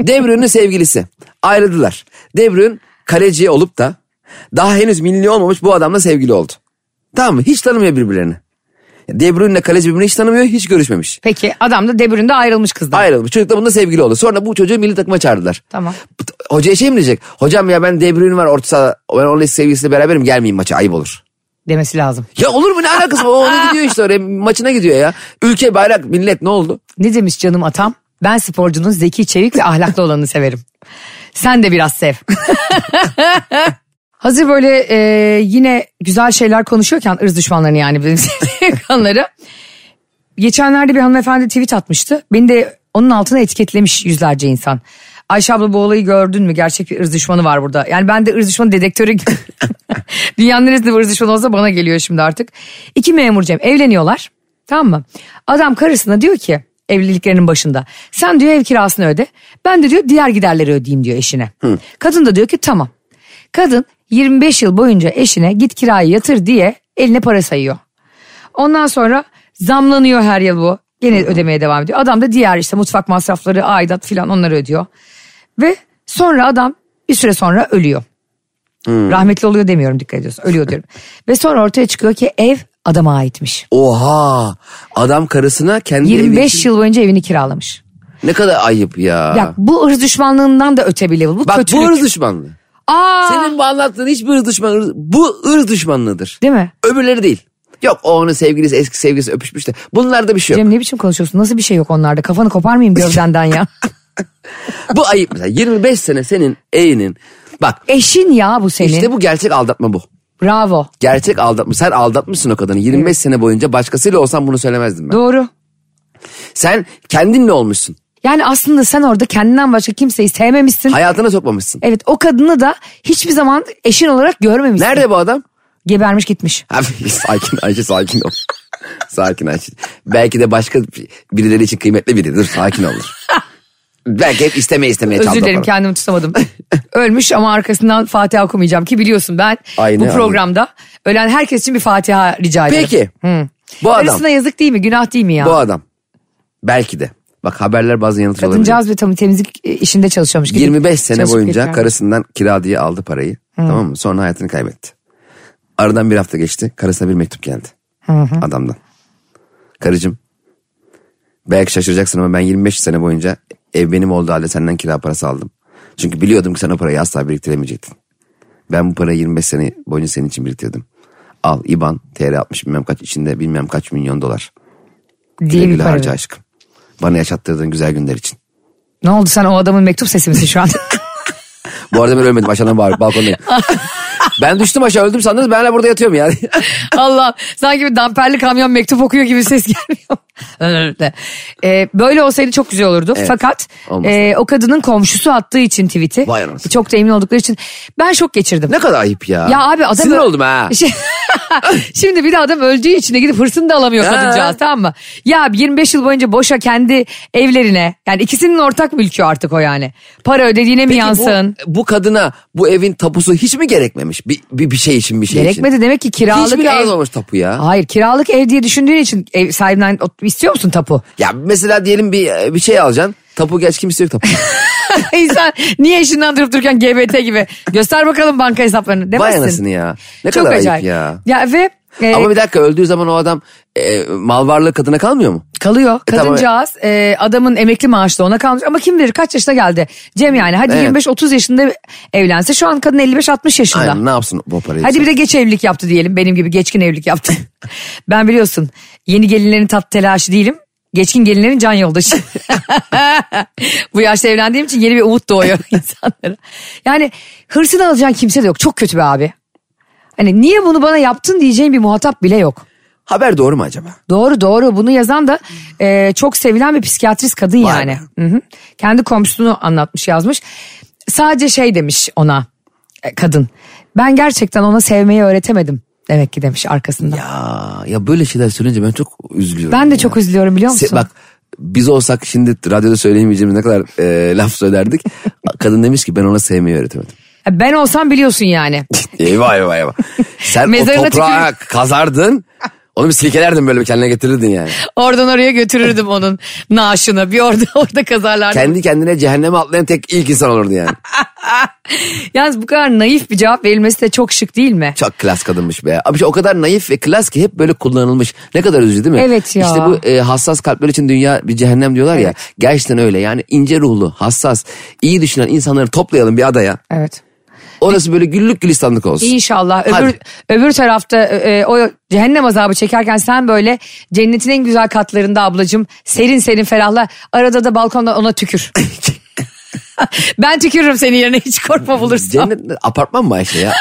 Speaker 3: De Bruyne'nin sevgilisi. Ayrıldılar. De Bruyne kaleci olup da daha henüz milli olmamış bu adamla sevgili oldu. Tamam mı? Hiç tanımıyor birbirlerini. De Bruyne'le kaleci birbirini hiç tanımıyor, hiç görüşmemiş.
Speaker 2: Peki adam da De Bruyne de ayrılmış kızdan.
Speaker 3: Ayrılmış. Çocuk da bununla sevgili oldu. Sonra bu çocuğu milli takıma çağırdılar.
Speaker 2: Tamam.
Speaker 3: Hocaya şey mi diyecek? Hocam ya ben De Bruyne var orta saha. Ben onunla sevgilisiyle beraberim gelmeyeyim maça ayıp olur.
Speaker 2: Demesi lazım.
Speaker 3: Ya olur mu ne alakası var? O ona gidiyor işte oraya maçına gidiyor ya. Ülke bayrak millet ne oldu?
Speaker 2: Ne demiş canım atam? Ben sporcunun zeki, çevik ve ahlaklı olanını severim. Sen de biraz sev. Hazır böyle e, yine güzel şeyler konuşuyorken ırz düşmanlarını yani bizim kanları. Geçenlerde bir hanımefendi tweet atmıştı. Beni de onun altına etiketlemiş yüzlerce insan. Ayşe abla bu olayı gördün mü? Gerçek bir ırz düşmanı var burada. Yani ben de ırz düşmanı dedektörü... Dünyanın neresinde bir ırz düşmanı olsa bana geliyor şimdi artık. İki memur Cem evleniyorlar. Tamam mı? Adam karısına diyor ki evliliklerinin başında. Sen diyor ev kirasını öde. Ben de diyor diğer giderleri ödeyeyim diyor eşine. Kadın da diyor ki tamam. Kadın 25 yıl boyunca eşine git kirayı yatır diye eline para sayıyor. Ondan sonra zamlanıyor her yıl bu. Gene ödemeye devam ediyor. Adam da diğer işte mutfak masrafları, aidat filan onları ödüyor. Ve sonra adam bir süre sonra ölüyor. Rahmetli oluyor demiyorum dikkat ediyorsun. Ölüyor diyorum. Ve sonra ortaya çıkıyor ki ev adama aitmiş.
Speaker 3: Oha adam karısına kendi evi
Speaker 2: 25
Speaker 3: için-
Speaker 2: yıl boyunca evini kiralamış.
Speaker 3: Ne kadar ayıp ya.
Speaker 2: Ya bu ırz düşmanlığından da öte bir level. Bu
Speaker 3: Bak
Speaker 2: kötülük.
Speaker 3: bu ırz düşmanlığı.
Speaker 2: Aa!
Speaker 3: Senin bu anlattığın hiçbir ırz düşmanlığı. Bu ırz düşmanlığıdır.
Speaker 2: Değil mi?
Speaker 3: Öbürleri değil. Yok o onun sevgilisi eski sevgilisi öpüşmüş de. Bunlarda bir şey yok.
Speaker 2: Cem ne biçim konuşuyorsun? Nasıl bir şey yok onlarda? Kafanı koparmayayım gövdenden ya.
Speaker 3: bu ayıp mesela 25 sene senin evinin. Bak
Speaker 2: Eşin ya bu senin.
Speaker 3: işte bu gerçek aldatma bu.
Speaker 2: Bravo.
Speaker 3: Gerçek aldatma. Sen aldatmışsın o kadını. 25 sene boyunca başkasıyla olsan bunu söylemezdim ben.
Speaker 2: Doğru.
Speaker 3: Sen kendinle olmuşsun.
Speaker 2: Yani aslında sen orada kendinden başka kimseyi sevmemişsin.
Speaker 3: Hayatına sokmamışsın.
Speaker 2: Evet o kadını da hiçbir zaman eşin olarak görmemişsin.
Speaker 3: Nerede bu adam?
Speaker 2: Gebermiş gitmiş.
Speaker 3: Abi sakin Ayşe sakin ol. Sakin Ayşe. Belki de başka birileri için kıymetli biri. Dur sakin ol. dur. Belki hep istemeye istemeye çaldı.
Speaker 2: Özür dilerim
Speaker 3: para.
Speaker 2: kendimi tutamadım. Ölmüş ama arkasından Fatiha okumayacağım ki biliyorsun ben
Speaker 3: Aynı
Speaker 2: bu
Speaker 3: anı.
Speaker 2: programda ölen herkes için bir Fatiha rica ederim.
Speaker 3: Peki.
Speaker 2: Hı.
Speaker 3: Bu adam.
Speaker 2: Karısına yazık değil mi? Günah değil mi ya?
Speaker 3: Bu adam. Belki de. Bak haberler bazen yanıltıcı olabilir.
Speaker 2: Kadıncağız ve tam temizlik e, işinde çalışıyormuş. gibi.
Speaker 3: 25 sene
Speaker 2: Çalışıp
Speaker 3: boyunca
Speaker 2: getiren.
Speaker 3: karısından kira diye aldı parayı. Tamam mı? Sonra hayatını kaybetti. Aradan bir hafta geçti. Karısına bir mektup geldi. Adamdan. Karıcığım. Belki şaşıracaksın ama ben 25 sene boyunca ev benim olduğu halde senden kira parası aldım. Çünkü biliyordum ki sen o parayı asla biriktiremeyecektin. Ben bu parayı 25 sene boyunca senin için biriktirdim. Al IBAN TR 60 bilmem kaç içinde bilmem kaç milyon dolar.
Speaker 2: diye bir
Speaker 3: Sevgili
Speaker 2: para
Speaker 3: harca
Speaker 2: ver.
Speaker 3: aşkım. Bana yaşattırdığın güzel günler için.
Speaker 2: Ne oldu sen o adamın mektup sesi misin şu an?
Speaker 3: Bu arada ben ölmedim aşağıdan bağırıp balkondayım. ben düştüm aşağı öldüm sandınız ben hala burada yatıyorum yani.
Speaker 2: Allah sanki bir damperli kamyon mektup okuyor gibi ses gelmiyor. Ee, böyle olsaydı çok güzel olurdu.
Speaker 3: Evet,
Speaker 2: Fakat
Speaker 3: olmaz.
Speaker 2: e, o kadının komşusu attığı için tweet'i
Speaker 3: Vay anasını.
Speaker 2: çok da emin oldukları için ben şok geçirdim.
Speaker 3: ne kadar ayıp ya.
Speaker 2: Ya abi adam...
Speaker 3: Sinir oldum ha.
Speaker 2: Şey- Şimdi bir de adam öldüğü için de gidip hırsını da alamıyor
Speaker 3: Ha.
Speaker 2: kadıncağız tamam mı? Ya abi 25 yıl boyunca boşa kendi evlerine yani ikisinin ortak mülkü artık o yani. Para ödediğine mi
Speaker 3: Peki
Speaker 2: yansın?
Speaker 3: Bu, bu kadına bu evin tapusu hiç mi gerekmemiş? Bir, bir, bir şey için bir şey için.
Speaker 2: Gerekmedi demek ki kiralık
Speaker 3: Hiç mi
Speaker 2: ev...
Speaker 3: lazım olmuş tapu ya?
Speaker 2: Hayır kiralık ev diye düşündüğün için ev sahibinden o- istiyor musun tapu?
Speaker 3: Ya mesela diyelim bir bir şey alacaksın. Tapu geç kimse yok tapu.
Speaker 2: İnsan niye işinden durup dururken GBT gibi göster bakalım banka hesaplarını demezsin.
Speaker 3: Vay anasını ya. Ne
Speaker 2: Çok
Speaker 3: kadar ayıp
Speaker 2: acayip.
Speaker 3: ya.
Speaker 2: Ya ve e,
Speaker 3: Ama bir dakika öldüğü zaman o adam e, mal varlığı kadına kalmıyor mu?
Speaker 2: kalıyor
Speaker 3: E, tamam.
Speaker 2: kadıncağız e, adamın emekli maaşı da ona kalmış ama kim bilir kaç yaşına geldi Cem yani hadi
Speaker 3: Evet.
Speaker 2: 25-30 yaşında evlense şu an kadın 55-60 yaşında.
Speaker 3: Aynen ne yapsın bu parayı?
Speaker 2: Hadi bir de geç evlilik yaptı diyelim. Benim gibi geçkin evlilik yaptı. ben biliyorsun yeni gelinlerin tat telaşı değilim. Geçkin gelinlerin can yoldaşı. Bu yaşta evlendiğim için yeni bir umut doğuyor insanlara. Yani hırsını alacağın kimse de yok. Çok kötü be abi. Hani niye bunu bana yaptın diyeceğin bir muhatap bile yok.
Speaker 3: Haber doğru mu acaba?
Speaker 2: Doğru doğru bunu yazan da e, çok sevilen bir psikiyatrist kadın
Speaker 3: Hmm. Vay
Speaker 2: yani. Hı hı. Kendi komşusunu anlatmış yazmış. Sadece şey demiş ona e, kadın. Ben gerçekten ona sevmeyi öğretemedim demek ki demiş arkasından.
Speaker 3: Ya, ya böyle şeyler söyleyince ben çok üzülüyorum.
Speaker 2: ben de
Speaker 3: ya.
Speaker 2: çok üzülüyorum biliyor musun?
Speaker 3: Se- bak biz olsak şimdi radyoda söyleyemeyeceğimiz ne kadar e, laf söylerdik. Kadın demiş ki ben ona sevmeyi öğretemedim.
Speaker 2: Ya E, Ben olsam biliyorsun yani.
Speaker 3: Eyvah eyvah eyvah. Sen o
Speaker 2: Mezarına
Speaker 3: toprağa kazardın. Onu bir silkelerdin böyle bir kendine getirirdin yani.
Speaker 2: Oradan oraya götürürdüm onun naaşını. Bir orada orada kazarlardım.
Speaker 3: Kendi kendine cehenneme atlayan tek ilk insan olurdu yani.
Speaker 2: Yalnız bu kadar naif bir cevap verilmesi de çok şık değil mi?
Speaker 3: Çok klas kadınmış be. Abi işte o kadar naif ve klas ki hep böyle kullanılmış. Ne kadar üzücü değil mi?
Speaker 2: Evet ya.
Speaker 3: İşte bu e, hassas kalpler için dünya bir cehennem diyorlar ya. Gerçekten öyle yani ince ruhlu, hassas, iyi düşünen insanları toplayalım bir adaya.
Speaker 2: Evet.
Speaker 3: Orası böyle güllük gülistanlık olsun.
Speaker 2: İnşallah.
Speaker 3: Hadi.
Speaker 2: Öbür, öbür tarafta e, e, o cehennem azabı çekerken sen böyle cennetin en güzel katlarında ablacığım serin serin ferahla arada da balkonda ona tükür. ben tükürürüm senin yerine hiç korkma bulursam.
Speaker 3: Cennet apartman mı Ayşe ya?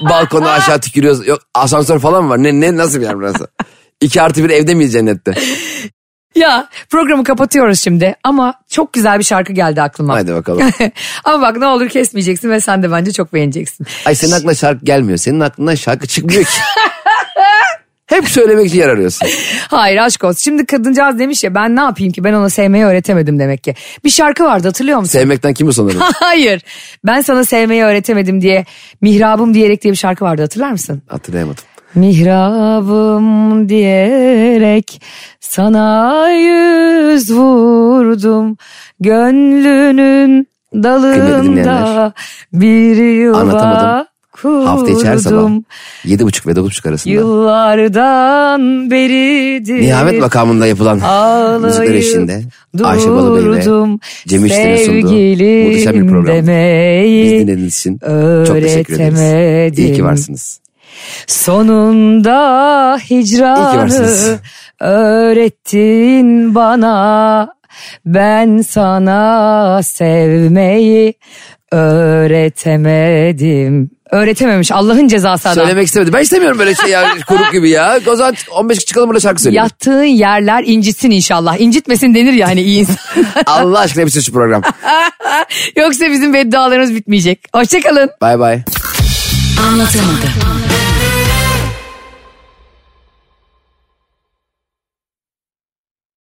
Speaker 3: Balkona aşağı tükürüyoruz. Yok asansör falan mı var? Ne, ne nasıl bir yer burası? İki artı bir evde miyiz cennette?
Speaker 2: Ya programı kapatıyoruz şimdi ama çok güzel bir şarkı geldi aklıma.
Speaker 3: Haydi bakalım.
Speaker 2: ama bak ne olur kesmeyeceksin ve sen de bence çok beğeneceksin.
Speaker 3: Ay senin aklına şarkı gelmiyor. Senin aklından şarkı çıkmıyor ki. Hep söylemek için yer arıyorsun.
Speaker 2: Hayır aşk olsun. Şimdi kadıncağız demiş ya ben ne yapayım ki ben ona sevmeyi öğretemedim demek ki. Bir şarkı vardı hatırlıyor musun?
Speaker 3: Sevmekten kimi sanırım?
Speaker 2: Hayır. Ben sana sevmeyi öğretemedim diye mihrabım diyerek diye bir şarkı vardı hatırlar mısın?
Speaker 3: Hatırlayamadım.
Speaker 2: Mihrabım diyerek sana yüz vurdum. Gönlünün dalında
Speaker 3: dinleyenler.
Speaker 2: bir yuva
Speaker 3: Anlatamadım.
Speaker 2: kurdum.
Speaker 3: Hafta içi her sabah 7.30 ve 9.30 arasında.
Speaker 2: Yıllardan beridir.
Speaker 3: Nihamet makamında yapılan müzikler eşliğinde Ayşe Balıbey ve
Speaker 2: durdum.
Speaker 3: Cem İşler'in sunduğu
Speaker 2: Sevgilim
Speaker 3: muhteşem bir program.
Speaker 2: demeyi
Speaker 3: Biz dinlediğiniz için çok teşekkür ederiz. İyi
Speaker 2: öğretemedim.
Speaker 3: ki varsınız.
Speaker 2: Sonunda
Speaker 3: İyi ki
Speaker 2: hicranı
Speaker 3: varsınız.
Speaker 2: öğrettin bana. Ben sana sevmeyi öğretemedim. Öğretememiş Allah'ın cezası adam.
Speaker 3: Söylemek istemedi. Ben istemiyorum böyle şey ya kuruk gibi ya. O zaman 15 çıkalım burada şarkı söyleyelim.
Speaker 2: Yattığın yerler incitsin inşallah. İncitmesin denir yani iyi insan.
Speaker 3: Allah aşkına bitsin şu program.
Speaker 2: Yoksa bizim beddualarımız bitmeyecek. Hoşçakalın.
Speaker 3: Bay bay.
Speaker 4: Anlatamadım.